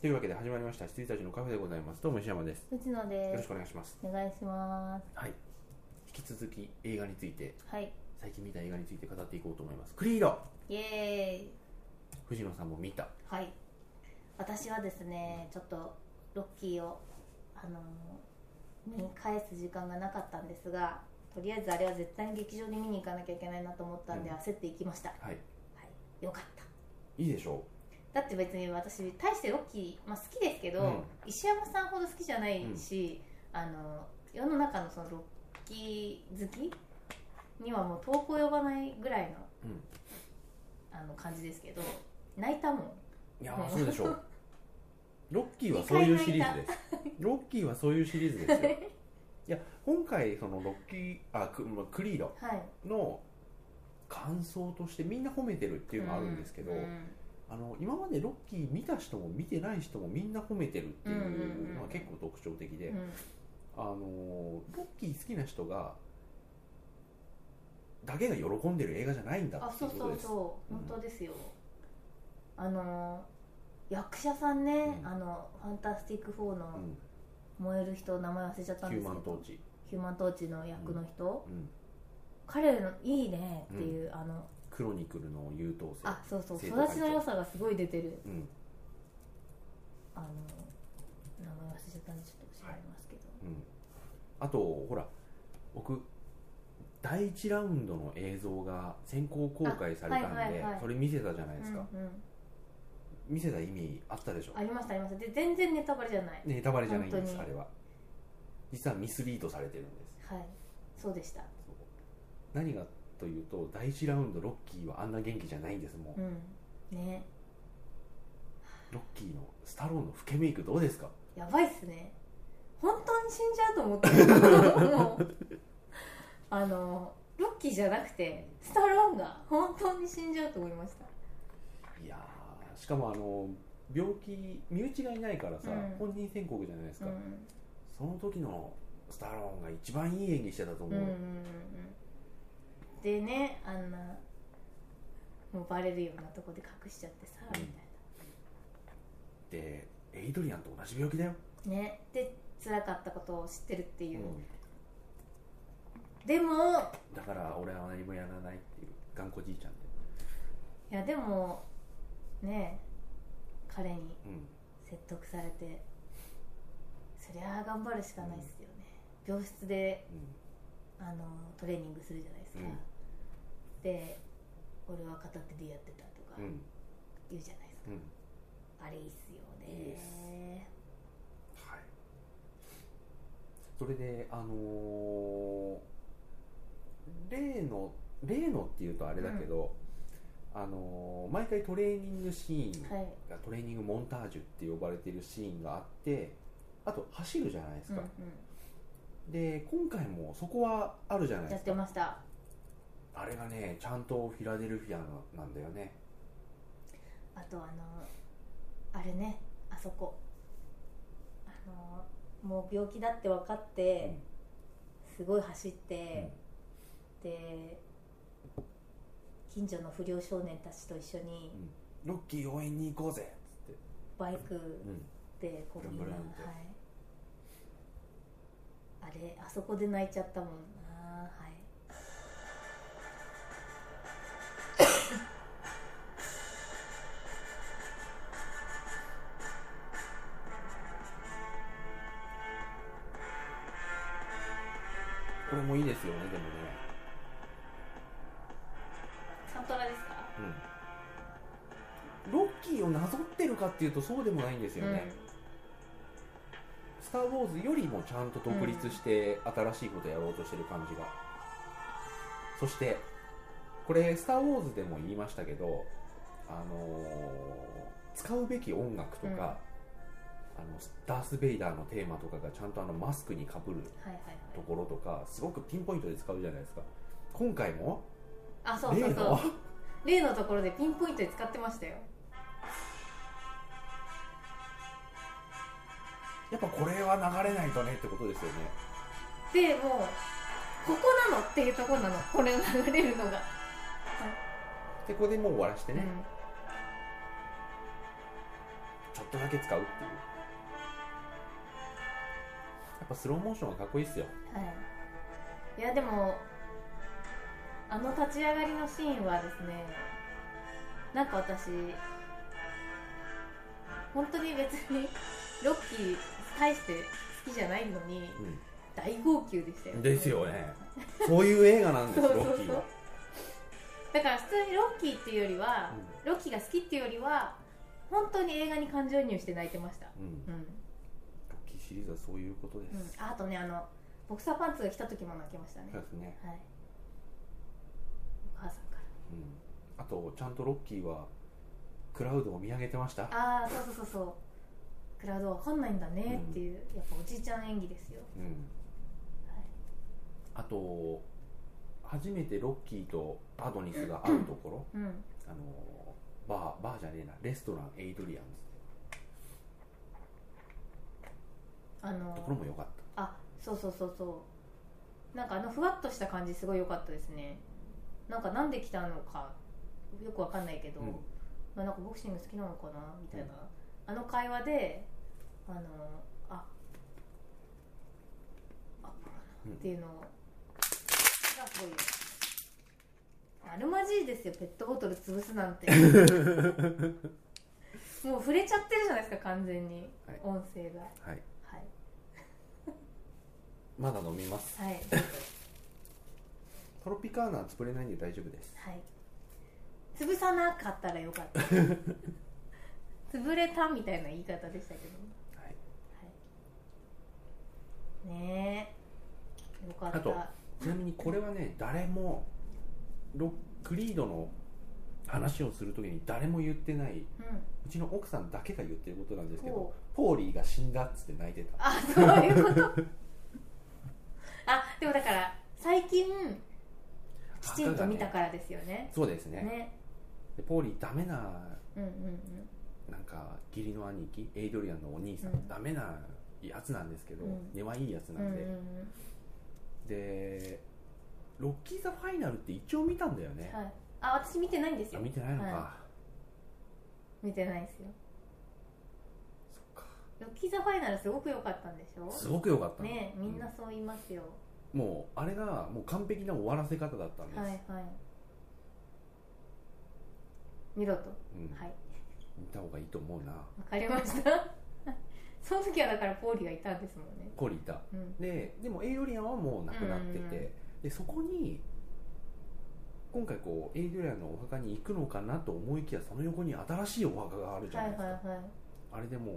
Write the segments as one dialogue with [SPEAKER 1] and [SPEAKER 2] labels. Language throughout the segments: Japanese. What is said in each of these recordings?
[SPEAKER 1] というわけで始まりました羊たちのカフェでございますどうも石山です
[SPEAKER 2] 内野
[SPEAKER 1] よ
[SPEAKER 2] で
[SPEAKER 1] ろし
[SPEAKER 2] す
[SPEAKER 1] くお願いします
[SPEAKER 2] お願いします
[SPEAKER 1] はい引き続き映画について
[SPEAKER 2] はい
[SPEAKER 1] 最近見た映画について語っていこうと思いますクリード
[SPEAKER 2] イエーイ
[SPEAKER 1] 藤野さんも見た
[SPEAKER 2] はい私はですねちょっとロッキーをあの見返す時間がなかったんですがとりあえずあれは絶対に劇場に見に行かなきゃいけないなと思ったんで
[SPEAKER 1] うん
[SPEAKER 2] 焦って行きました、
[SPEAKER 1] はい
[SPEAKER 2] よかった
[SPEAKER 1] いいでしょ
[SPEAKER 2] だって別に私大してロッキー、まあ、好きですけど、
[SPEAKER 1] うん
[SPEAKER 2] 石山さんほど好きじゃないし、あの世の中のそのロッキー好きにはもう遠く及ばないぐらいの
[SPEAKER 1] ううん
[SPEAKER 2] あの感じですけど泣いたもん
[SPEAKER 1] いや
[SPEAKER 2] う
[SPEAKER 1] ー
[SPEAKER 2] ん
[SPEAKER 1] そうでしょ うロッキーはそういうシリーズですロッキーはそういうシリーズです よいや今回そのロッキーあクまあクリード
[SPEAKER 2] はい
[SPEAKER 1] の感想としてみんな褒めてるっていうのがあるんですけど、
[SPEAKER 2] うん
[SPEAKER 1] あの今までロッキー見た人も見てない人もみんな褒めてるっていうのが結構特徴的で、
[SPEAKER 2] うん
[SPEAKER 1] あのーロッキー好きな人がだけが喜んでる映画じゃないんだ
[SPEAKER 2] あ
[SPEAKER 1] って
[SPEAKER 2] そ
[SPEAKER 1] いうこ
[SPEAKER 2] うそ
[SPEAKER 1] と
[SPEAKER 2] う
[SPEAKER 1] です
[SPEAKER 2] そう、
[SPEAKER 1] うん
[SPEAKER 2] 本当ですよあの役者さんね、
[SPEAKER 1] うん
[SPEAKER 2] あの「ファンタスティック4」の
[SPEAKER 1] うん
[SPEAKER 2] 燃える人名前忘れちゃったん
[SPEAKER 1] ヒ
[SPEAKER 2] で
[SPEAKER 1] ュー
[SPEAKER 2] す
[SPEAKER 1] マ
[SPEAKER 2] けど
[SPEAKER 1] ントーチ、
[SPEAKER 2] ヒューマントーチの役の人、
[SPEAKER 1] うん、
[SPEAKER 2] 彼のいいねっていう、あの
[SPEAKER 1] クロニクルの優等生
[SPEAKER 2] あそうそう
[SPEAKER 1] 生徒会長
[SPEAKER 2] 育ちの良さがすごい出てる
[SPEAKER 1] うん
[SPEAKER 2] あの名前忘れちゃったんでちょっと調べますけど、
[SPEAKER 1] うん、あとほら僕第1ラウンドの映像が先行公開されたんで、
[SPEAKER 2] あはいはいはい
[SPEAKER 1] それ見せたじゃないですか、
[SPEAKER 2] うんうん
[SPEAKER 1] 見せた意味あったでしょ
[SPEAKER 2] ありましたありましたで全然ネタバレじゃない
[SPEAKER 1] ネタバレじゃないんで
[SPEAKER 2] 本当
[SPEAKER 1] す
[SPEAKER 2] に
[SPEAKER 1] あれは実はミスリードされてるんです
[SPEAKER 2] はいそうでした
[SPEAKER 1] そう何がというと第1ラウンドロッキーはあんな元気じゃないんですもう
[SPEAKER 2] うんね
[SPEAKER 1] ロッキーのスタローンの老けメイクどうですか
[SPEAKER 2] やばいっすね本当に死んじゃうと思って るもうあのロッキーじゃなくてスタローンが本当に死んじゃうと思いました
[SPEAKER 1] いやーしかもあの病気身内がいないからさ、
[SPEAKER 2] うん
[SPEAKER 1] 本人宣告じゃないです
[SPEAKER 2] う
[SPEAKER 1] か、
[SPEAKER 2] ん
[SPEAKER 1] その時のスタローンが一番いい演技してたと
[SPEAKER 2] うん
[SPEAKER 1] 思
[SPEAKER 2] うん
[SPEAKER 1] う、
[SPEAKER 2] うんうんでねあんなもうバレるようなとこで隠しちゃってさみたい
[SPEAKER 1] でエイドリアンと同じ病気だよ、
[SPEAKER 2] なねで辛かったことを知ってるっていう、
[SPEAKER 1] うん
[SPEAKER 2] でも
[SPEAKER 1] だから俺は何もやらないっていう頑固じいちゃんで、
[SPEAKER 2] いやでもね彼に
[SPEAKER 1] うん、
[SPEAKER 2] 説得されてそりゃあ頑張るしかないっすよね、病室であのトレーニングするじゃないですか、
[SPEAKER 1] うん
[SPEAKER 2] で俺は片手でやってたとか
[SPEAKER 1] うんうん
[SPEAKER 2] 言うじゃないです
[SPEAKER 1] うん
[SPEAKER 2] か、あれいいっすよ
[SPEAKER 1] いいっ
[SPEAKER 2] ね
[SPEAKER 1] はいそれであのー例の例のっていうとあれだけど、あのー毎回トレーニングシーンが、
[SPEAKER 2] はい
[SPEAKER 1] トレーニングモンタージュって呼ばれてるシーンがあってあと走るじゃないです
[SPEAKER 2] うん
[SPEAKER 1] か
[SPEAKER 2] う、
[SPEAKER 1] で今回もそこはあるじゃない
[SPEAKER 2] ん、や
[SPEAKER 1] で
[SPEAKER 2] っ
[SPEAKER 1] す
[SPEAKER 2] て
[SPEAKER 1] か
[SPEAKER 2] ました
[SPEAKER 1] あれがねちゃんとフィラデルフィアなんだよね
[SPEAKER 2] あとあのあれねあそこあのもう病気だって分かって、すごい走って、で近所の不良少年たちと一緒に
[SPEAKER 1] ロッキー応援に行こうぜっつって、
[SPEAKER 2] バイクでこうみんな、
[SPEAKER 1] ブ
[SPEAKER 2] は
[SPEAKER 1] ランブラン、
[SPEAKER 2] いあれあそこで泣いちゃったもんなはい
[SPEAKER 1] これもいいですよねでもね、
[SPEAKER 2] サントラですか
[SPEAKER 1] ロッキーをなぞってるかっていうとそうでもないんですよね、スター・ウォーズよりもちゃんと独立して新しいことやろうとしてる感じが、そしてこれ「スター・ウォーズ」でも言いましたけど、あのー使うべき音楽とか、
[SPEAKER 2] うん
[SPEAKER 1] あのダース・ベイダーのテーマとかがちゃんとあのマスクにかぶる
[SPEAKER 2] はいはい
[SPEAKER 1] と
[SPEAKER 2] はい
[SPEAKER 1] ころとかすごくピンポイントで使うじゃないですか今回も
[SPEAKER 2] あそうそう
[SPEAKER 1] 例
[SPEAKER 2] そう
[SPEAKER 1] の
[SPEAKER 2] 例のところでピンポイントで使ってましたよ
[SPEAKER 1] やっぱこれは流れないとねってことですよね
[SPEAKER 2] でもうここなのっていうところなのこれを流れるのが、
[SPEAKER 1] でここでもう終わらして
[SPEAKER 2] う
[SPEAKER 1] ね、
[SPEAKER 2] ん
[SPEAKER 1] ちょっとだけ使うっていうやっぱスローモーションはかっこいいっすよ
[SPEAKER 2] はいいやでもあの立ち上がりのシーンはですねなんか私本当に別にロッキー大して好きじゃないのに大号泣でしたよ
[SPEAKER 1] ですよね そういう映画なんです
[SPEAKER 2] そうそう
[SPEAKER 1] ロ
[SPEAKER 2] そう
[SPEAKER 1] ッキーは
[SPEAKER 2] だから普通にロッキーっていうよりは、ロッキーが好きっていうよりは本当に映画に感情移入して泣いてました
[SPEAKER 1] うん、うん
[SPEAKER 2] う
[SPEAKER 1] ロ
[SPEAKER 2] ん、
[SPEAKER 1] ッキーシリーズはそういうことです、
[SPEAKER 2] うん、あとねあのボクサーパンツが来た時も泣きましたね
[SPEAKER 1] そうですね、
[SPEAKER 2] はいお母さんか
[SPEAKER 1] うん、あとちゃんとロッキーはクラウドを見上げてました
[SPEAKER 2] らああそうそうそうそうクラウドわかんないんだねっていう、やっぱおじいちゃん演技ですよ、
[SPEAKER 1] うん
[SPEAKER 2] はい、
[SPEAKER 1] あと初めてロッキーとアドニス が会うところ
[SPEAKER 2] うん
[SPEAKER 1] あのバーバーじゃねえなレストランエイドリアン
[SPEAKER 2] あ
[SPEAKER 1] ズところ
[SPEAKER 2] の
[SPEAKER 1] も良かった
[SPEAKER 2] あそうそうそうそうなんかあのふわっとした感じすごい良かったですねなんかなんで来たのかよくわかんないけど、
[SPEAKER 1] うん
[SPEAKER 2] まあ、なんかボクシング好きなのかなみたいな、あの会話であのああ
[SPEAKER 1] うん
[SPEAKER 2] っていうのがすごいあるまじいですよペットボトル潰 すなんてもう触れちゃってるじゃないですか完全に、
[SPEAKER 1] はい
[SPEAKER 2] 音声が
[SPEAKER 1] はい
[SPEAKER 2] はい
[SPEAKER 1] まだ飲みます
[SPEAKER 2] はい
[SPEAKER 1] トロピカーナは潰れないんで大丈夫です
[SPEAKER 2] はい潰さなかったらよかった 潰れたみたいな言い方でしたけど
[SPEAKER 1] はい
[SPEAKER 2] はい、ねえよかった
[SPEAKER 1] あとちなみにこれはね誰もロクリードの話をするときに誰も言ってないう
[SPEAKER 2] うん、
[SPEAKER 1] うちの奥さんだけが言ってることなんですけど
[SPEAKER 2] ほ
[SPEAKER 1] ポーリーが死んだっつって泣いてた
[SPEAKER 2] あそういうこと あでもだから最近きちんと見た
[SPEAKER 1] 墓がね
[SPEAKER 2] からですよね
[SPEAKER 1] そうですね
[SPEAKER 2] ね
[SPEAKER 1] でポーリーダメな
[SPEAKER 2] うんうんうん
[SPEAKER 1] なんか義理の兄貴エイドリアンのお兄さん、
[SPEAKER 2] うん
[SPEAKER 1] ダメなやつなんですけど、
[SPEAKER 2] うん
[SPEAKER 1] 根はいいやつ
[SPEAKER 2] う
[SPEAKER 1] なん
[SPEAKER 2] うんん
[SPEAKER 1] で、でロッキー・ザ・ファイナルって一応見たんだよ
[SPEAKER 2] う
[SPEAKER 1] ね
[SPEAKER 2] ん、はい、あ私見てないんです
[SPEAKER 1] あ
[SPEAKER 2] よ
[SPEAKER 1] 見てないのか、
[SPEAKER 2] は見てないですよ
[SPEAKER 1] そっか
[SPEAKER 2] ロッキー・ザ・ファイナルすごく良かったんでしょ
[SPEAKER 1] すごく良かったの
[SPEAKER 2] ねえみんなそう言いますよ、
[SPEAKER 1] うんもうあれがもう完璧な終わらせ方だったんです、
[SPEAKER 2] はいはい見ろと
[SPEAKER 1] うん
[SPEAKER 2] はい
[SPEAKER 1] 見た方がいいと思うな
[SPEAKER 2] わかりました その時はだからポーリーがいたんですもんね
[SPEAKER 1] コリーいた
[SPEAKER 2] うん
[SPEAKER 1] ででもエイドリアンはもう亡くなってて、
[SPEAKER 2] うんうんうん
[SPEAKER 1] でそこに今回こうエイドリアンのお墓に行くのかなと思いきやその横に新しいお墓があるじゃ
[SPEAKER 2] は
[SPEAKER 1] ないい
[SPEAKER 2] は
[SPEAKER 1] ですか、
[SPEAKER 2] いはい
[SPEAKER 1] あれでもう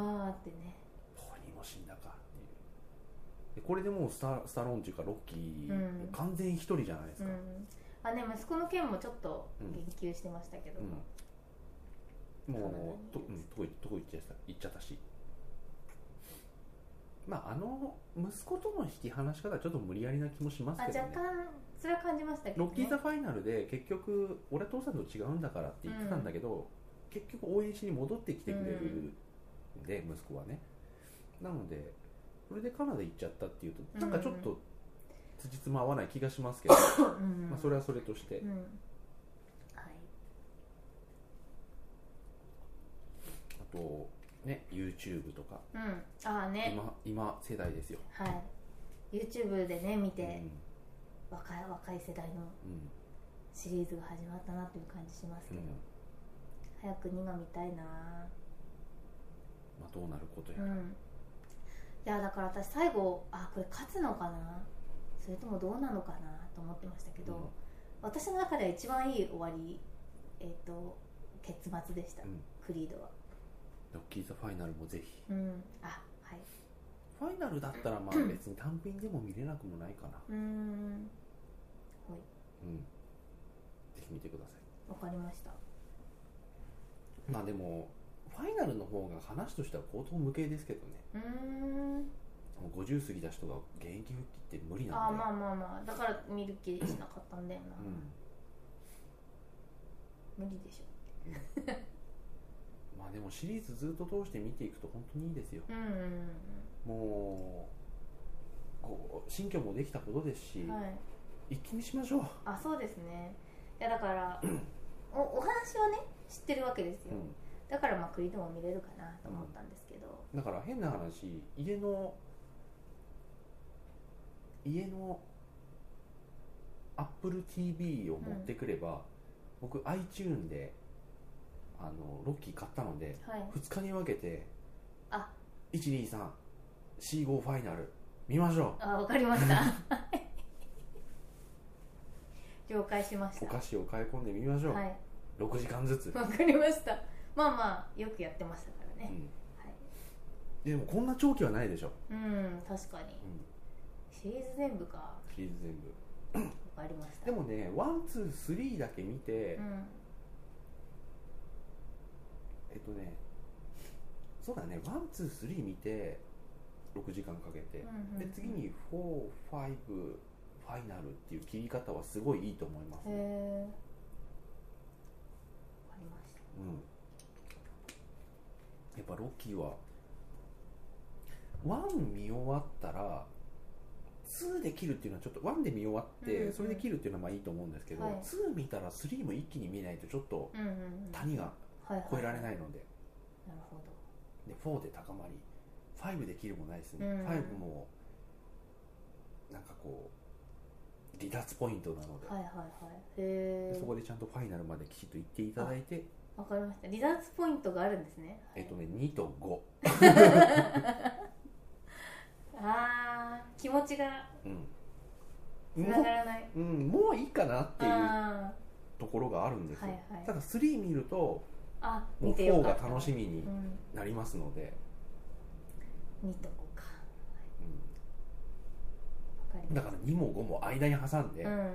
[SPEAKER 2] はあってね
[SPEAKER 1] ポーリーも死んだかっていうでこれでもうスタスタローンっていうかロッキー、
[SPEAKER 2] うん
[SPEAKER 1] もう完全一人じゃないです
[SPEAKER 2] う
[SPEAKER 1] か、
[SPEAKER 2] ん、あね息子の件もちょっと言及してましたけど、
[SPEAKER 1] うん
[SPEAKER 2] そうなんだ
[SPEAKER 1] もうと、うん、どこどこ行っちゃった行っちゃったしまああの息子との引き離し方はちょっと無理やりな気もします
[SPEAKER 2] あ
[SPEAKER 1] けど、
[SPEAKER 2] 若
[SPEAKER 1] ね、
[SPEAKER 2] 干それは感じましたけど、
[SPEAKER 1] ロ
[SPEAKER 2] ね、
[SPEAKER 1] ッキー・ザ・ファイナルで結局俺は父さんと違うんだからって言ってたんだけど、結局応援しに戻ってきてくれるんで、息子はねなのでそれでカナダ行っちゃったっていうとなんかちょっと辻褄合わない気がしますけど、
[SPEAKER 2] うん
[SPEAKER 1] まあそれはそれとして
[SPEAKER 2] うんはい
[SPEAKER 1] あとね YouTube とか
[SPEAKER 2] うんああね
[SPEAKER 1] 今今世代ですよ、
[SPEAKER 2] はい YouTube でね見
[SPEAKER 1] うん
[SPEAKER 2] て、若い若い世代の
[SPEAKER 1] うん
[SPEAKER 2] シリーズが始まったなという感じします
[SPEAKER 1] う
[SPEAKER 2] け
[SPEAKER 1] ん
[SPEAKER 2] ど、早く2が見たいな
[SPEAKER 1] まあ、どうなることや
[SPEAKER 2] う
[SPEAKER 1] ら、
[SPEAKER 2] んいやだから私最後あこれ勝つのかなそれともどうなのかなと思ってましたけど、
[SPEAKER 1] うん
[SPEAKER 2] 私の中では一番いい終わり、えっと結末でした、
[SPEAKER 1] うん
[SPEAKER 2] クリードは、
[SPEAKER 1] ロッキー・ザ・ファイナルもぜひ
[SPEAKER 2] うん、あはい
[SPEAKER 1] ファイナルだったらまあ別に単品でも見れなくもないかな、
[SPEAKER 2] うーんはい
[SPEAKER 1] うん、ぜひ見てください
[SPEAKER 2] わかりました
[SPEAKER 1] まあでもファイナルの方が話としては口頭無形ですけどね
[SPEAKER 2] うーん
[SPEAKER 1] もう50過ぎた人が現役復帰って無理な
[SPEAKER 2] あ
[SPEAKER 1] んで、
[SPEAKER 2] まあまあまあだから見る気しなかったんだよな、
[SPEAKER 1] うん、
[SPEAKER 2] 無理でしょ
[SPEAKER 1] まあでもシリーズずっと通して見ていくと本当にいいですよ
[SPEAKER 2] うんうん
[SPEAKER 1] もうこう新居もできたことですし
[SPEAKER 2] う、んはい
[SPEAKER 1] 一気にしましょう、
[SPEAKER 2] あ そうですねいやだからおお話はね知ってるわけですよ、
[SPEAKER 1] うん
[SPEAKER 2] だからまあ栗でも見れるかなと思ったんですけど、
[SPEAKER 1] だから変な話家の家の AppleTV を持ってくれば、僕 iTune であのロッキー買ったので
[SPEAKER 2] はい
[SPEAKER 1] 2日に分けて
[SPEAKER 2] あ
[SPEAKER 1] 123455ファイナル見ましょ
[SPEAKER 2] あわかりましたはい了解しまし
[SPEAKER 1] うお
[SPEAKER 2] た
[SPEAKER 1] 菓子を買い込んでみましょう、
[SPEAKER 2] はい
[SPEAKER 1] 6時間ずつ、
[SPEAKER 2] わかりましたまあまあよくやってましたから
[SPEAKER 1] う
[SPEAKER 2] ね、
[SPEAKER 1] ん
[SPEAKER 2] はい、
[SPEAKER 1] でもこんな長期はないでしょ、
[SPEAKER 2] うん確かに
[SPEAKER 1] うん、
[SPEAKER 2] シリーズ全部かわ
[SPEAKER 1] シリーズ全部
[SPEAKER 2] かりました
[SPEAKER 1] でもねワンツースリーだけ見て、
[SPEAKER 2] うん
[SPEAKER 1] えっとねそうだねワンツースリー見て6時間かけて、
[SPEAKER 2] うんうん
[SPEAKER 1] で次に4、5ファイナルっていう切り方はすごいいいと思います
[SPEAKER 2] へ
[SPEAKER 1] ね、
[SPEAKER 2] えわかりました
[SPEAKER 1] うん、やっぱロッキーは1見終わったら2で切るっていうのはちょっと1で見終わって、
[SPEAKER 2] うんうん
[SPEAKER 1] それで切るっていうのはまあいいと思うんですけど、
[SPEAKER 2] はい
[SPEAKER 1] 2見たら3も一気に見ないとちょっと
[SPEAKER 2] うんうんうん
[SPEAKER 1] 谷が
[SPEAKER 2] はいはい
[SPEAKER 1] 越えられないので、
[SPEAKER 2] なるほど
[SPEAKER 1] で4で高まり5で切るもないですね、
[SPEAKER 2] うん
[SPEAKER 1] 5もなんかこう離脱ポイントなので,で、
[SPEAKER 2] はいはいはいへえ
[SPEAKER 1] そこでちゃんとファイナルまできちっと行っていただいて、
[SPEAKER 2] わかりました離脱ポイントがあるんですね、
[SPEAKER 1] えっとね2と
[SPEAKER 2] ああ気持ちが
[SPEAKER 1] 5うん
[SPEAKER 2] つながらない
[SPEAKER 1] うん、もういいかなっていう
[SPEAKER 2] あ
[SPEAKER 1] ところがあるんですよ、
[SPEAKER 2] はいはい
[SPEAKER 1] ただ3見ると
[SPEAKER 2] ああ
[SPEAKER 1] もう
[SPEAKER 2] 見てよ
[SPEAKER 1] 4
[SPEAKER 2] か
[SPEAKER 1] が
[SPEAKER 2] った
[SPEAKER 1] 楽しみに
[SPEAKER 2] うん
[SPEAKER 1] なりますので、
[SPEAKER 2] 見とこうか
[SPEAKER 1] う
[SPEAKER 2] わかり
[SPEAKER 1] ん、
[SPEAKER 2] ま
[SPEAKER 1] だ
[SPEAKER 2] し
[SPEAKER 1] から2も5も間に挟んで、
[SPEAKER 2] たうん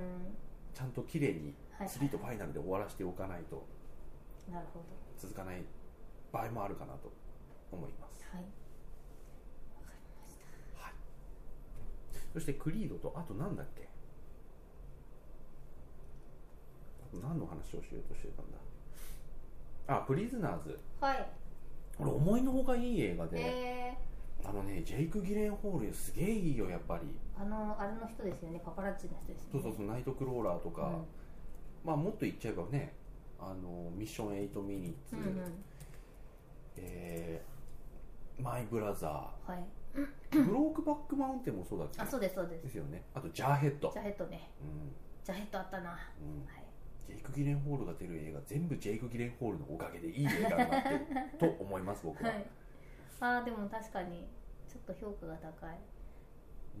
[SPEAKER 1] ちゃんと綺麗に
[SPEAKER 2] はい
[SPEAKER 1] 3とファイナルで終わらせておかないと
[SPEAKER 2] なるほど
[SPEAKER 1] 続かない場合もあるかなと思います
[SPEAKER 2] はいわかりました
[SPEAKER 1] そしてクリードとあとなんだっけあと何の話をしようとしてたんだあプリズナーズ
[SPEAKER 2] はい
[SPEAKER 1] これ思いのほかいい映画で、
[SPEAKER 2] え
[SPEAKER 1] あのねジェイク・ギレンホールすげえいいよやっぱり
[SPEAKER 2] ー、あのあれの人ですよねパパラッチの人ですよね
[SPEAKER 1] そうそうそうナイトクローラーとか、
[SPEAKER 2] うん
[SPEAKER 1] まあもっと言っちゃえばねあのミッション8ミニッツ、
[SPEAKER 2] うんうん
[SPEAKER 1] えーマイブラザ
[SPEAKER 2] はい
[SPEAKER 1] ーブロークバックマウンテンもそうだっけ
[SPEAKER 2] あそうですそうです
[SPEAKER 1] ですよねあとジャーヘッド
[SPEAKER 2] ジャヘッドね
[SPEAKER 1] う
[SPEAKER 2] ジャヘッドあったなは
[SPEAKER 1] んうんジ
[SPEAKER 2] い
[SPEAKER 1] ェイク・ギレンホールが出る映画全部ジェイク・ギレンホールのおかげでいい映画になって ると思います僕は、
[SPEAKER 2] はい、あーでも確かにちょっと評価が高い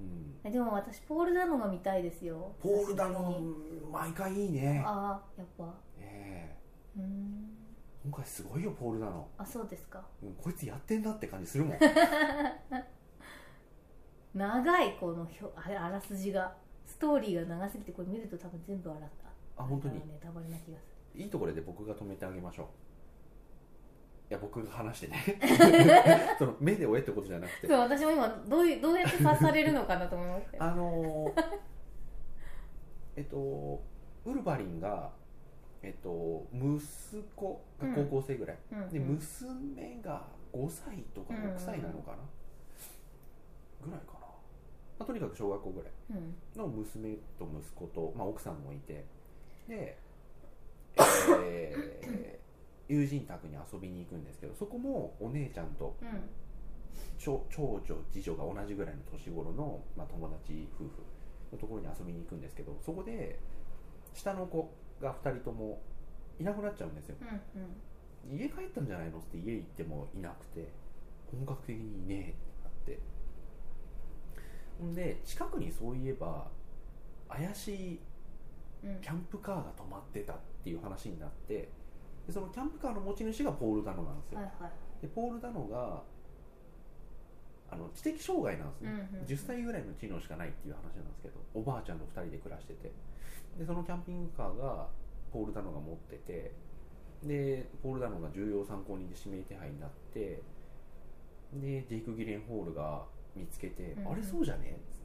[SPEAKER 1] うん、
[SPEAKER 2] えでも私ポール・ダノンが見たいですよ
[SPEAKER 1] ポール・ダノ
[SPEAKER 2] 久しぶ
[SPEAKER 1] ン毎回いい
[SPEAKER 2] り
[SPEAKER 1] ね
[SPEAKER 2] にああやっぱ
[SPEAKER 1] ええ
[SPEAKER 2] うーん
[SPEAKER 1] 今回すごいよポール・ダノ
[SPEAKER 2] あそうですか
[SPEAKER 1] ン、うん、こいつやってんだって感じするもん
[SPEAKER 2] 長いこのひょあれあらすじがストーリーが長すぎてこれ見ると多分全部あら
[SPEAKER 1] あ本当に
[SPEAKER 2] あのねたまりな気がす
[SPEAKER 1] いいところで僕が止めてあげましょういや僕が話してね その目で追えってことじゃなく
[SPEAKER 2] る
[SPEAKER 1] て
[SPEAKER 2] そう私も今どういうどうやって刺されるのかなと思い ましたよ
[SPEAKER 1] あのーえっとウルヴァリンがえっと息子が高校生ぐらい、
[SPEAKER 2] うんうん
[SPEAKER 1] で娘が5歳とか
[SPEAKER 2] うんうん
[SPEAKER 1] 6歳なのかな、ぐらいかな、まあ、とにかく小学校ぐらい
[SPEAKER 2] うん
[SPEAKER 1] の娘と息子と、まあ、奥さんもいてで、えー 友人宅に遊びに行くんですけどそこもお姉ちゃんと
[SPEAKER 2] うん
[SPEAKER 1] 長長女次女が同じぐらいの年頃の、まあ、友達夫婦のところに遊びに行くんですけどそこで下の子が2人ともいなくなっちゃうんですよ
[SPEAKER 2] うんうん
[SPEAKER 1] 家帰ったんじゃないのって家行ってもいなくて本格的にいねえってなってんで近くにそういえば怪しい
[SPEAKER 2] うん
[SPEAKER 1] キャンプカーが止まってたっていう話になってでそのキャンプカーの持ち主がポール・ダノなんですよ、
[SPEAKER 2] はいはい
[SPEAKER 1] でポール・ダノがあの知的障害なんです
[SPEAKER 2] うん
[SPEAKER 1] ね、
[SPEAKER 2] うん
[SPEAKER 1] 10歳ぐらいの知能しかないっていう話なんですけどおばあちゃんと2人で暮らしててでそのキャンピングカーがポール・ダノが持っててでポール・ダノが重要参考人で指名手配になってでジェイク・ギレンホールが見つけて「
[SPEAKER 2] うんうん
[SPEAKER 1] あれそうじゃね?」っつっ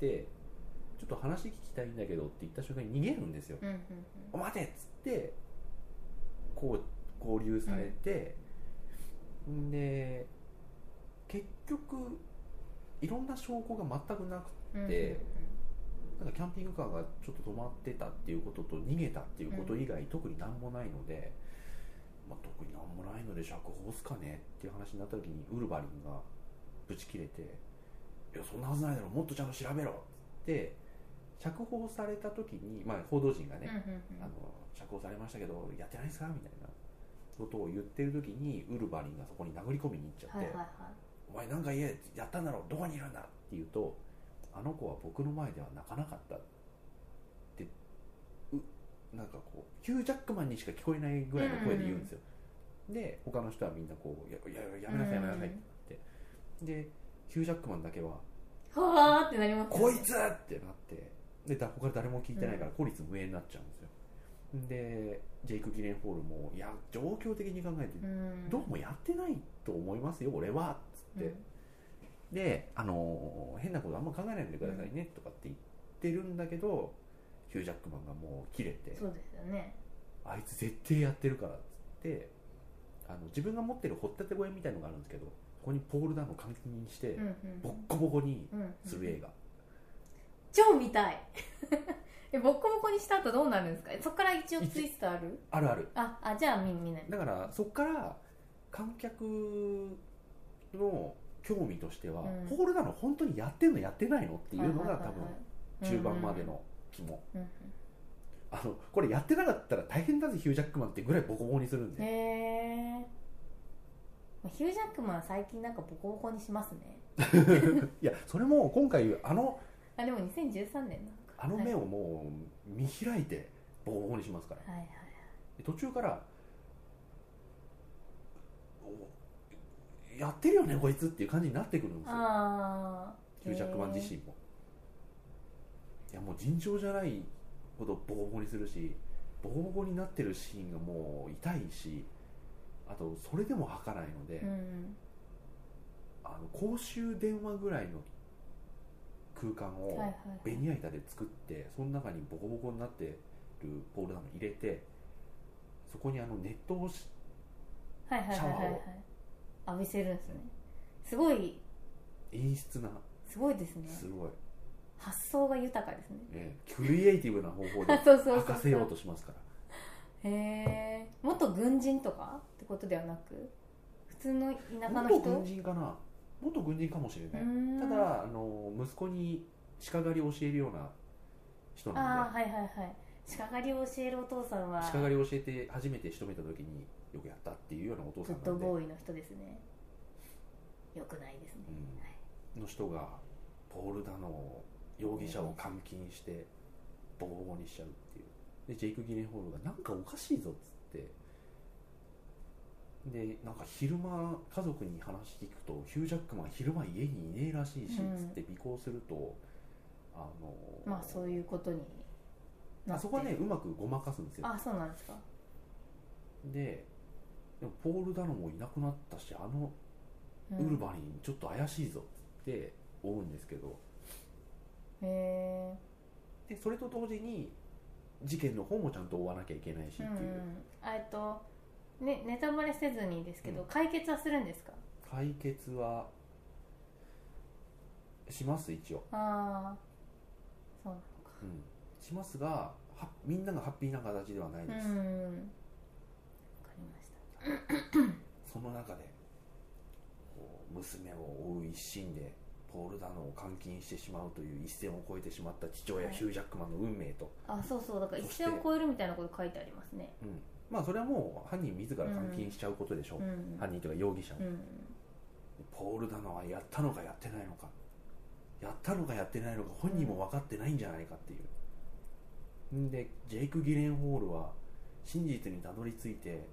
[SPEAKER 1] て「ちょっと話聞きたいんだけど」って言った瞬間に逃げるんですよ
[SPEAKER 2] うんう
[SPEAKER 1] 「
[SPEAKER 2] ん
[SPEAKER 1] 待て!」っつってこう合流されて、ん、で結局いろんな証拠が全くなく
[SPEAKER 2] うんうん
[SPEAKER 1] でなんかキャンピングカーがちょっと止まってたっていうことと逃げたっていうこと以外特になんもないので、まあ、特になんもないので釈放っすかねっていう話になった時にウルヴァリンがぶち切れて「いやそんなはずないだろもっとちゃんと調べろ」って釈放された時に、まあ、報道陣がね、
[SPEAKER 2] うんうんうん
[SPEAKER 1] あの釈放されましたけどやってないですかみたいなことを言ってる時にウルヴァリンがそこに殴り込みに行っちゃって「
[SPEAKER 2] はいはいはい
[SPEAKER 1] お前なんか言えやったんだろどこにいるんだ」って言うと「あの子は僕の前では泣かなかった」ってうなんかこうヒュー・ジャックマンにしか聞こえないぐらいの声で言うんですよ、で他の人はみんなこう「やややめなさいやめなさい」ってなってでヒュー・ジャックマンだけは
[SPEAKER 2] はーってなりますよ
[SPEAKER 1] こ
[SPEAKER 2] ね
[SPEAKER 1] いつってなってでだ他誰も聞いてないから孤立無縁になっちゃうんですよ、でジェイク・ギレンホールもいや状況的に考えて
[SPEAKER 2] うん
[SPEAKER 1] どうもやってないと思いますよ俺はっつって、で、あのー変なことあんま考えないでくださいねとかって言ってるんだけどヒュー・ジャックマンがもう切れて
[SPEAKER 2] うんそうですよね
[SPEAKER 1] あいつ絶対やってるからっつってあの自分が持ってる掘ったて小屋みたいのがあるんですけどここにポールダウンを監禁して、
[SPEAKER 2] うんうん
[SPEAKER 1] ボッコボコに
[SPEAKER 2] うんうん
[SPEAKER 1] する映画、
[SPEAKER 2] 超見たい えボッコボコにした後どうなるんですかそこから一応
[SPEAKER 1] 一
[SPEAKER 2] ツイストある
[SPEAKER 1] あるある
[SPEAKER 2] ああじゃあ見見ない
[SPEAKER 1] だからそこから観客の興味としては、
[SPEAKER 2] うん
[SPEAKER 1] ポールダウンを本当にやってんのやってないのっていうの
[SPEAKER 2] は
[SPEAKER 1] が
[SPEAKER 2] いはい
[SPEAKER 1] 多
[SPEAKER 2] はいはい
[SPEAKER 1] 分中盤までの肝、
[SPEAKER 2] うんうん
[SPEAKER 1] あのこれやってなかったら大変だぜヒュー・ジャックマンってぐらいボコボコにするん
[SPEAKER 2] へ
[SPEAKER 1] で、
[SPEAKER 2] えヒュージャックマン最近なんかボコボコにしますね
[SPEAKER 1] いやそれも今回あの
[SPEAKER 2] あでも2013年なんか
[SPEAKER 1] あの目
[SPEAKER 2] はい
[SPEAKER 1] をもう見開いてボコボコにしますから
[SPEAKER 2] はいはい
[SPEAKER 1] で途中からおやってるよねこいつっていう感じになってくるんですよ
[SPEAKER 2] ああ
[SPEAKER 1] ヒュージャックマン自身も、いやもう尋常じゃないほどボコボコにするしボコボコになってるシーンがもう痛いしあとそれでも吐かないので、
[SPEAKER 2] うん
[SPEAKER 1] あの公衆電話ぐらいの空間
[SPEAKER 2] はいはい
[SPEAKER 1] をベニヤ板で作ってその中にボコボコになってるポールダウン入れてそこにあの熱湯をし
[SPEAKER 2] はいはいはい
[SPEAKER 1] シャ
[SPEAKER 2] はい
[SPEAKER 1] ワー
[SPEAKER 2] はい
[SPEAKER 1] を
[SPEAKER 2] 浴びせるんですねすごい
[SPEAKER 1] 演出な
[SPEAKER 2] すごいですね
[SPEAKER 1] すごい、
[SPEAKER 2] 発想が豊かですね
[SPEAKER 1] ね、クリエイティブな方法で
[SPEAKER 2] あ そうそ
[SPEAKER 1] 吐
[SPEAKER 2] うそう
[SPEAKER 1] かせ
[SPEAKER 2] そ
[SPEAKER 1] よう
[SPEAKER 2] う
[SPEAKER 1] としますから
[SPEAKER 2] へえ元軍人とかってことではなく普通の田舎の人
[SPEAKER 1] 元軍人かな元軍人かもしれ
[SPEAKER 2] う
[SPEAKER 1] ない、
[SPEAKER 2] ー
[SPEAKER 1] た
[SPEAKER 2] ん
[SPEAKER 1] だあの息子に鹿狩りを教えるような人な
[SPEAKER 2] あ
[SPEAKER 1] ん
[SPEAKER 2] あ
[SPEAKER 1] で
[SPEAKER 2] はいはいはい鹿狩りを教えるお父さんは
[SPEAKER 1] 鹿狩りを教えて初めて仕留めた時によくやったっていうようなお父
[SPEAKER 2] グ
[SPEAKER 1] さ
[SPEAKER 2] ッ
[SPEAKER 1] んな
[SPEAKER 2] ド
[SPEAKER 1] んで
[SPEAKER 2] ボーイの人ですねよくないですね、
[SPEAKER 1] うん
[SPEAKER 2] はい
[SPEAKER 1] の人がポール・ダノを容疑者を監禁してボコボコにしちゃうっていうでジェイク・ギレンホールがなんかおかしいぞっつってでなんか昼間家族に話聞くとヒュー・ジャックマン昼間家にいねえらしいし、
[SPEAKER 2] うん
[SPEAKER 1] つって尾行するとあの
[SPEAKER 2] まあそういうことにな
[SPEAKER 1] あ
[SPEAKER 2] って
[SPEAKER 1] そこはねうまくごまかすんですよ
[SPEAKER 2] あそうなんですか
[SPEAKER 1] ででもポール・ダノもいなくなったしあのウルヴァリンちょっと怪しいぞっつって追うんですけど、
[SPEAKER 2] へえ
[SPEAKER 1] でそれと同時に事件の方もちゃんと追わなきゃいけないしって
[SPEAKER 2] う
[SPEAKER 1] い
[SPEAKER 2] ん
[SPEAKER 1] う、
[SPEAKER 2] うんあえっとねネタバレせずにですけど、
[SPEAKER 1] うん
[SPEAKER 2] 解決はするんですか
[SPEAKER 1] 解決はします一応、
[SPEAKER 2] ああそう
[SPEAKER 1] うん、しますがはみんながハッピーな形ではない
[SPEAKER 2] な
[SPEAKER 1] で
[SPEAKER 2] の
[SPEAKER 1] す、
[SPEAKER 2] うんわかりました
[SPEAKER 1] その中でこう娘を追う一心でポール・ダノを監禁してしまうという一線を越えてしまった父親、
[SPEAKER 2] はい
[SPEAKER 1] ヒュー・ジャックマンの運命と、
[SPEAKER 2] あそうそうだから一線を超えるみたいなこと書いてありますね
[SPEAKER 1] うん、まあそれはもう犯人自ら監禁しちゃうことでしょう、
[SPEAKER 2] うん
[SPEAKER 1] 犯人というか容疑者を
[SPEAKER 2] うん
[SPEAKER 1] ポール・ダノはやったのかやってないのかやったのかやってないのか本人も分かってないんじゃないかっていう、ん、でジェイク・ギレンホールは真実にたどり着いて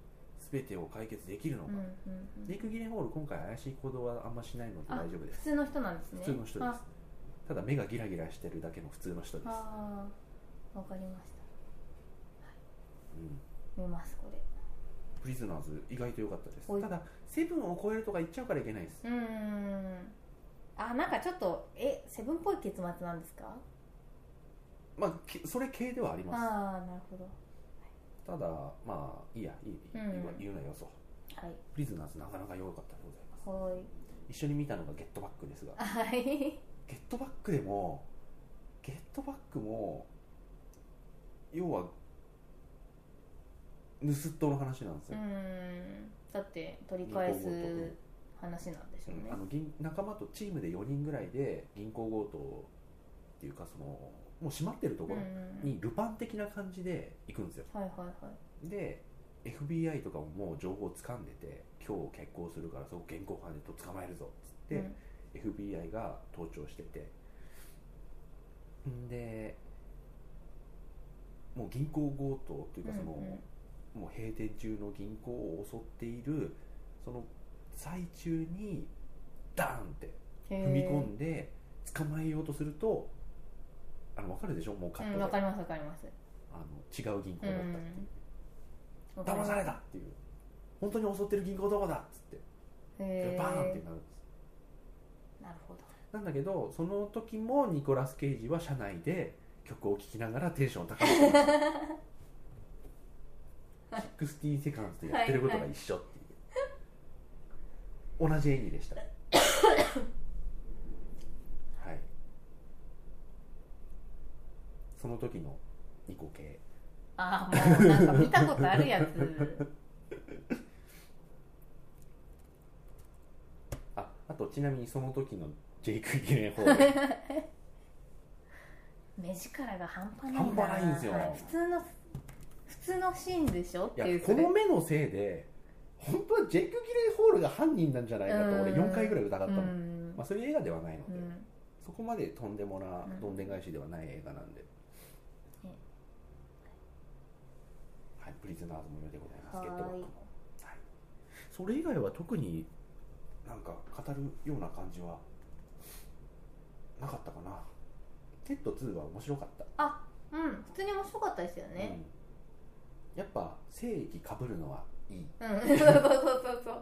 [SPEAKER 1] 全てを解決できるのか、
[SPEAKER 2] うんうんうん
[SPEAKER 1] ジェイク・ギレンホール今回怪しい行動はあんましないので大丈夫です
[SPEAKER 2] 普通の人なんですね
[SPEAKER 1] 普通の人で
[SPEAKER 2] あ
[SPEAKER 1] すただ目がギラギラしてるだけの普通の人です、
[SPEAKER 2] あーわかりました
[SPEAKER 1] うん、
[SPEAKER 2] 見ますこれ
[SPEAKER 1] プリズナーズ意外と良かったで
[SPEAKER 2] お
[SPEAKER 1] す
[SPEAKER 2] い
[SPEAKER 1] ただセブンを超えるとか言っちゃうからいけないです
[SPEAKER 2] うーんあなんかちょっとえセブンっぽい結末なんですか
[SPEAKER 1] まあきそれ系ではあり
[SPEAKER 2] あ
[SPEAKER 1] ます
[SPEAKER 2] あーなるほど
[SPEAKER 1] ただまあいいやいい、
[SPEAKER 2] うん
[SPEAKER 1] 言わ言うなよそう
[SPEAKER 2] はい
[SPEAKER 1] プリズナーズなかなか良かったでございます
[SPEAKER 2] はーい
[SPEAKER 1] 一緒に見たのがゲットバックですが
[SPEAKER 2] はい
[SPEAKER 1] ゲットバックでもゲットバックも要は盗っ人の話なんです
[SPEAKER 2] う
[SPEAKER 1] よ、
[SPEAKER 2] んだって取り返す話なんでしょうね
[SPEAKER 1] あの銀仲間とチームで4人ぐらいで銀行強盗っていうかそのもう閉まってるところ
[SPEAKER 2] うん
[SPEAKER 1] にルパン的な感じで行くんですよ、
[SPEAKER 2] はいはいはい
[SPEAKER 1] で FBI とかももう情報掴んでて今日決行するからそこ現行犯でと捕まえるぞっつって、
[SPEAKER 2] うん
[SPEAKER 1] FBI が盗聴しててんでもう銀行強盗というかその、
[SPEAKER 2] うんうん
[SPEAKER 1] もう閉店中の銀行を襲っているその最中にダーンって
[SPEAKER 2] へー
[SPEAKER 1] 踏み込んで捕まえようとするとあの分かるでしょもうカッ
[SPEAKER 2] う
[SPEAKER 1] ト
[SPEAKER 2] ん
[SPEAKER 1] で、
[SPEAKER 2] わかりますわかります
[SPEAKER 1] あの違う銀行だったっていう、
[SPEAKER 2] わかりま
[SPEAKER 1] 騙
[SPEAKER 2] す
[SPEAKER 1] されたっていう本当に襲ってる銀行どこだっつって、
[SPEAKER 2] へー
[SPEAKER 1] バーンってなるんです
[SPEAKER 2] なるほど
[SPEAKER 1] なんだけどその時もニコラス・ケイジは車内で曲を聴きながらテンションを高めてました60セカンズでやってることが一緒っていう、同じ演技で したはいその時のニコ系
[SPEAKER 2] ああもうなんか見たことあるやつ
[SPEAKER 1] ああとちなみにその時のジェイク・ギレンホール
[SPEAKER 2] 目力が半端ないな
[SPEAKER 1] 半端ないんですよ
[SPEAKER 2] はい普通の普通のシーンでしょって
[SPEAKER 1] い
[SPEAKER 2] い
[SPEAKER 1] や
[SPEAKER 2] う
[SPEAKER 1] この目のせいで本当はジェイク・ギレンホールが犯人なんじゃないかと俺4回ぐらい疑った
[SPEAKER 2] う
[SPEAKER 1] もん
[SPEAKER 2] ん
[SPEAKER 1] まあ、そういう映画ではないの
[SPEAKER 2] う
[SPEAKER 1] で、
[SPEAKER 2] ん
[SPEAKER 1] そこまでとんでもな
[SPEAKER 2] うん
[SPEAKER 1] どんでん返しではない映画なんで、
[SPEAKER 2] ね
[SPEAKER 1] はい、プリズナーズも見てございます
[SPEAKER 2] はー
[SPEAKER 1] ゲ
[SPEAKER 2] い
[SPEAKER 1] ットバックも、はい、それ以外は特になんか語るような感じはなかったかなテッド2は面白かった、
[SPEAKER 2] うん普通に面白かったですよね
[SPEAKER 1] うん、やっぱ正義かぶるのはいい
[SPEAKER 2] うんそうそうそうそう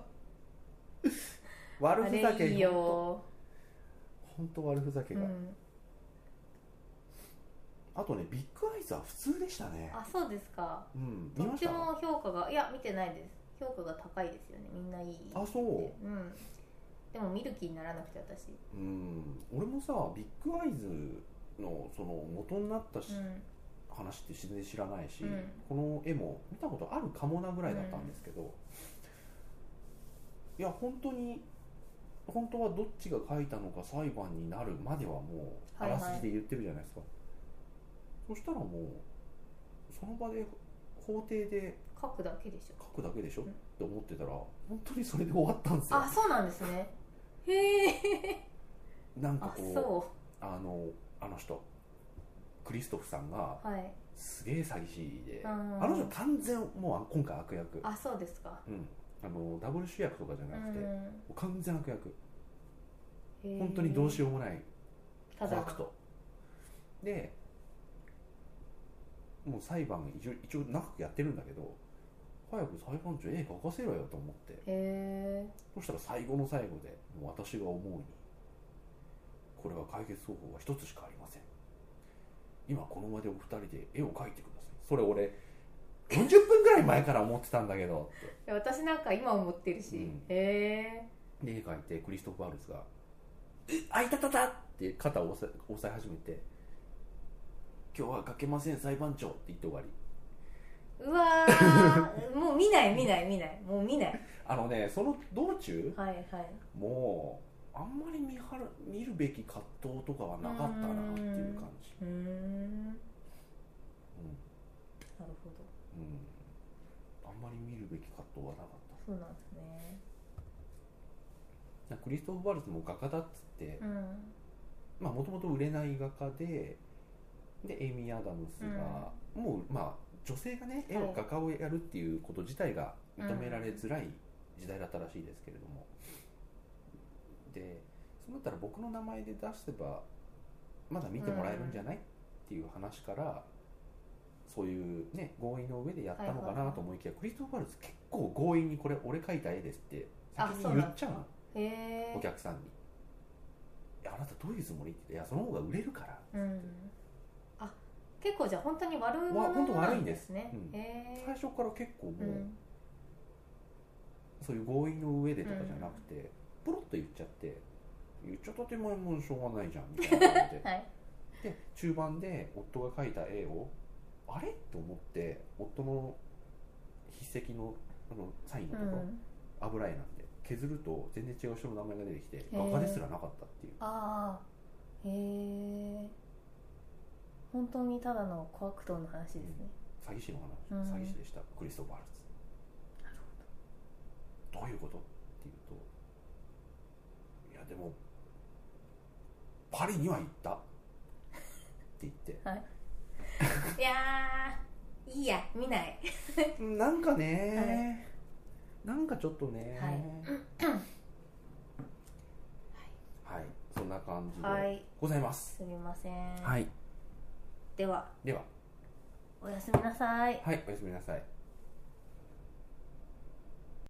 [SPEAKER 1] 悪
[SPEAKER 2] あ
[SPEAKER 1] ふざ
[SPEAKER 2] れ
[SPEAKER 1] け
[SPEAKER 2] いいよ
[SPEAKER 1] 本当悪ふざけ
[SPEAKER 2] う
[SPEAKER 1] が、
[SPEAKER 2] ん
[SPEAKER 1] あとねビッグアイズは普通でしたね
[SPEAKER 2] あそうですか
[SPEAKER 1] うん
[SPEAKER 2] と
[SPEAKER 1] 見ま
[SPEAKER 2] っ
[SPEAKER 1] してたあ
[SPEAKER 2] も評価がいや見てないです評価が高いですよねみんないいって
[SPEAKER 1] そう
[SPEAKER 2] うんでも見る気にならなくて私
[SPEAKER 1] うん俺もさビッグアイズのその元になったし、
[SPEAKER 2] うん
[SPEAKER 1] 話って全然知らないし、
[SPEAKER 2] うん
[SPEAKER 1] この絵も見たことあるかもなぐらいだったんですけど、いや本当に本当はどっちが書いたのか裁判になるまではもうあ
[SPEAKER 2] はいは
[SPEAKER 1] ら
[SPEAKER 2] い
[SPEAKER 1] すじで言ってるじゃないですか、そしたらもうその場で法廷で
[SPEAKER 2] 書くだけでしょ
[SPEAKER 1] 書くだけでしょっ
[SPEAKER 2] うん
[SPEAKER 1] て思ってたら本当にそれで終わったんですよ
[SPEAKER 2] あそうなんですねへえ
[SPEAKER 1] なんか
[SPEAKER 2] あ
[SPEAKER 1] こう
[SPEAKER 2] そ
[SPEAKER 1] あのあの人クリストフさんが
[SPEAKER 2] うはい
[SPEAKER 1] すげえ詐欺師で、
[SPEAKER 2] うん
[SPEAKER 1] あの人完全もう今回悪役
[SPEAKER 2] あそうですか
[SPEAKER 1] うん、あのダブル主役とかじゃ
[SPEAKER 2] う
[SPEAKER 1] なくて、も
[SPEAKER 2] ん
[SPEAKER 1] う完全悪役
[SPEAKER 2] へー
[SPEAKER 1] 本当にどうしようもない
[SPEAKER 2] た
[SPEAKER 1] 怖
[SPEAKER 2] だ
[SPEAKER 1] くとでもう裁判一応一応長くやってるんだけど早く裁判長絵描かせろよと思って
[SPEAKER 2] へえ
[SPEAKER 1] そしたら最後の最後でもう私が思うにこれは解決方法は一つしかありません今この場でお二人で絵を描いてくださいそれ俺40分ぐらい前から思ってたんだけどって
[SPEAKER 2] 私なんか今思ってるし、
[SPEAKER 1] うん
[SPEAKER 2] へ
[SPEAKER 1] で絵描いてクリストフ・バルスが「えあいたたた!」って肩を押さ押さえ始めて「今日は描けません裁判長」って言って終わり
[SPEAKER 2] えうわ ーもう見ない見ない見ないもう見ない
[SPEAKER 1] あのねその道中
[SPEAKER 2] はいはい
[SPEAKER 1] もうあんまり見はる見るべき葛藤とかはなかったなっていう感じ
[SPEAKER 2] うーんな
[SPEAKER 1] う
[SPEAKER 2] る
[SPEAKER 1] ん、
[SPEAKER 2] ほど
[SPEAKER 1] うん、あんまり見るべき葛藤はなかっ
[SPEAKER 2] そうなんですね
[SPEAKER 1] たクリストフ・バルスも画家だっつって
[SPEAKER 2] うん
[SPEAKER 1] まあもともと売れない画家ででエイミー・アダムスが、もうまあ女性がね絵
[SPEAKER 2] は
[SPEAKER 1] を
[SPEAKER 2] い
[SPEAKER 1] 画家をやるっていうこと自体が認められづらい時代だったらしいですけれども、でそうなったら僕の名前で出せばまだ見てもらえるんじゃない、っていう話からそういうね合意の上でやったのか
[SPEAKER 2] はいはいは
[SPEAKER 1] ないと思いきや、クリストフ・バルス結構強引にこれ俺描いた絵ですって先
[SPEAKER 2] あ
[SPEAKER 1] に
[SPEAKER 2] そう
[SPEAKER 1] 言
[SPEAKER 2] なん
[SPEAKER 1] っちゃうの
[SPEAKER 2] へえ
[SPEAKER 1] お客さんに「いやあなたどういうつもり?」って言って「いやその方が売れるから」
[SPEAKER 2] うんあ結構じゃあ本当に悪
[SPEAKER 1] わ本当
[SPEAKER 2] 者な
[SPEAKER 1] 悪い
[SPEAKER 2] ん
[SPEAKER 1] ん
[SPEAKER 2] で
[SPEAKER 1] ですす
[SPEAKER 2] ね
[SPEAKER 1] うん
[SPEAKER 2] へ
[SPEAKER 1] 最初から結構もう、
[SPEAKER 2] えうん
[SPEAKER 1] そういう合意の上でとかじゃなくて、ポロッと言っちゃって「言っちゃった手前もうしょうがないじゃん」みたいな感じで
[SPEAKER 2] はい
[SPEAKER 1] で中盤で夫が描いた絵を「あれ?」と思って夫の筆跡のあのサインの
[SPEAKER 2] う
[SPEAKER 1] ところ、
[SPEAKER 2] ん、
[SPEAKER 1] 油絵なんで削ると全然違う人の名前が出てきて
[SPEAKER 2] ー
[SPEAKER 1] 画家ですらなかったっていう
[SPEAKER 2] ああへえ本当にただの小悪党の話ですね、
[SPEAKER 1] 詐欺師の
[SPEAKER 2] うん
[SPEAKER 1] 話、詐欺師でしたクリストファールズ
[SPEAKER 2] なる
[SPEAKER 1] どういうことっていうといやでもパリには行ったって言って
[SPEAKER 2] ほどいやーいいや見ない
[SPEAKER 1] なんかね、なんかちょっとね
[SPEAKER 2] はい
[SPEAKER 1] はい、そんな感じ
[SPEAKER 2] は
[SPEAKER 1] で
[SPEAKER 2] い
[SPEAKER 1] ございます
[SPEAKER 2] すみません、
[SPEAKER 1] はい、
[SPEAKER 2] では
[SPEAKER 1] では
[SPEAKER 2] おやすみなさい
[SPEAKER 1] はいおやすみなさい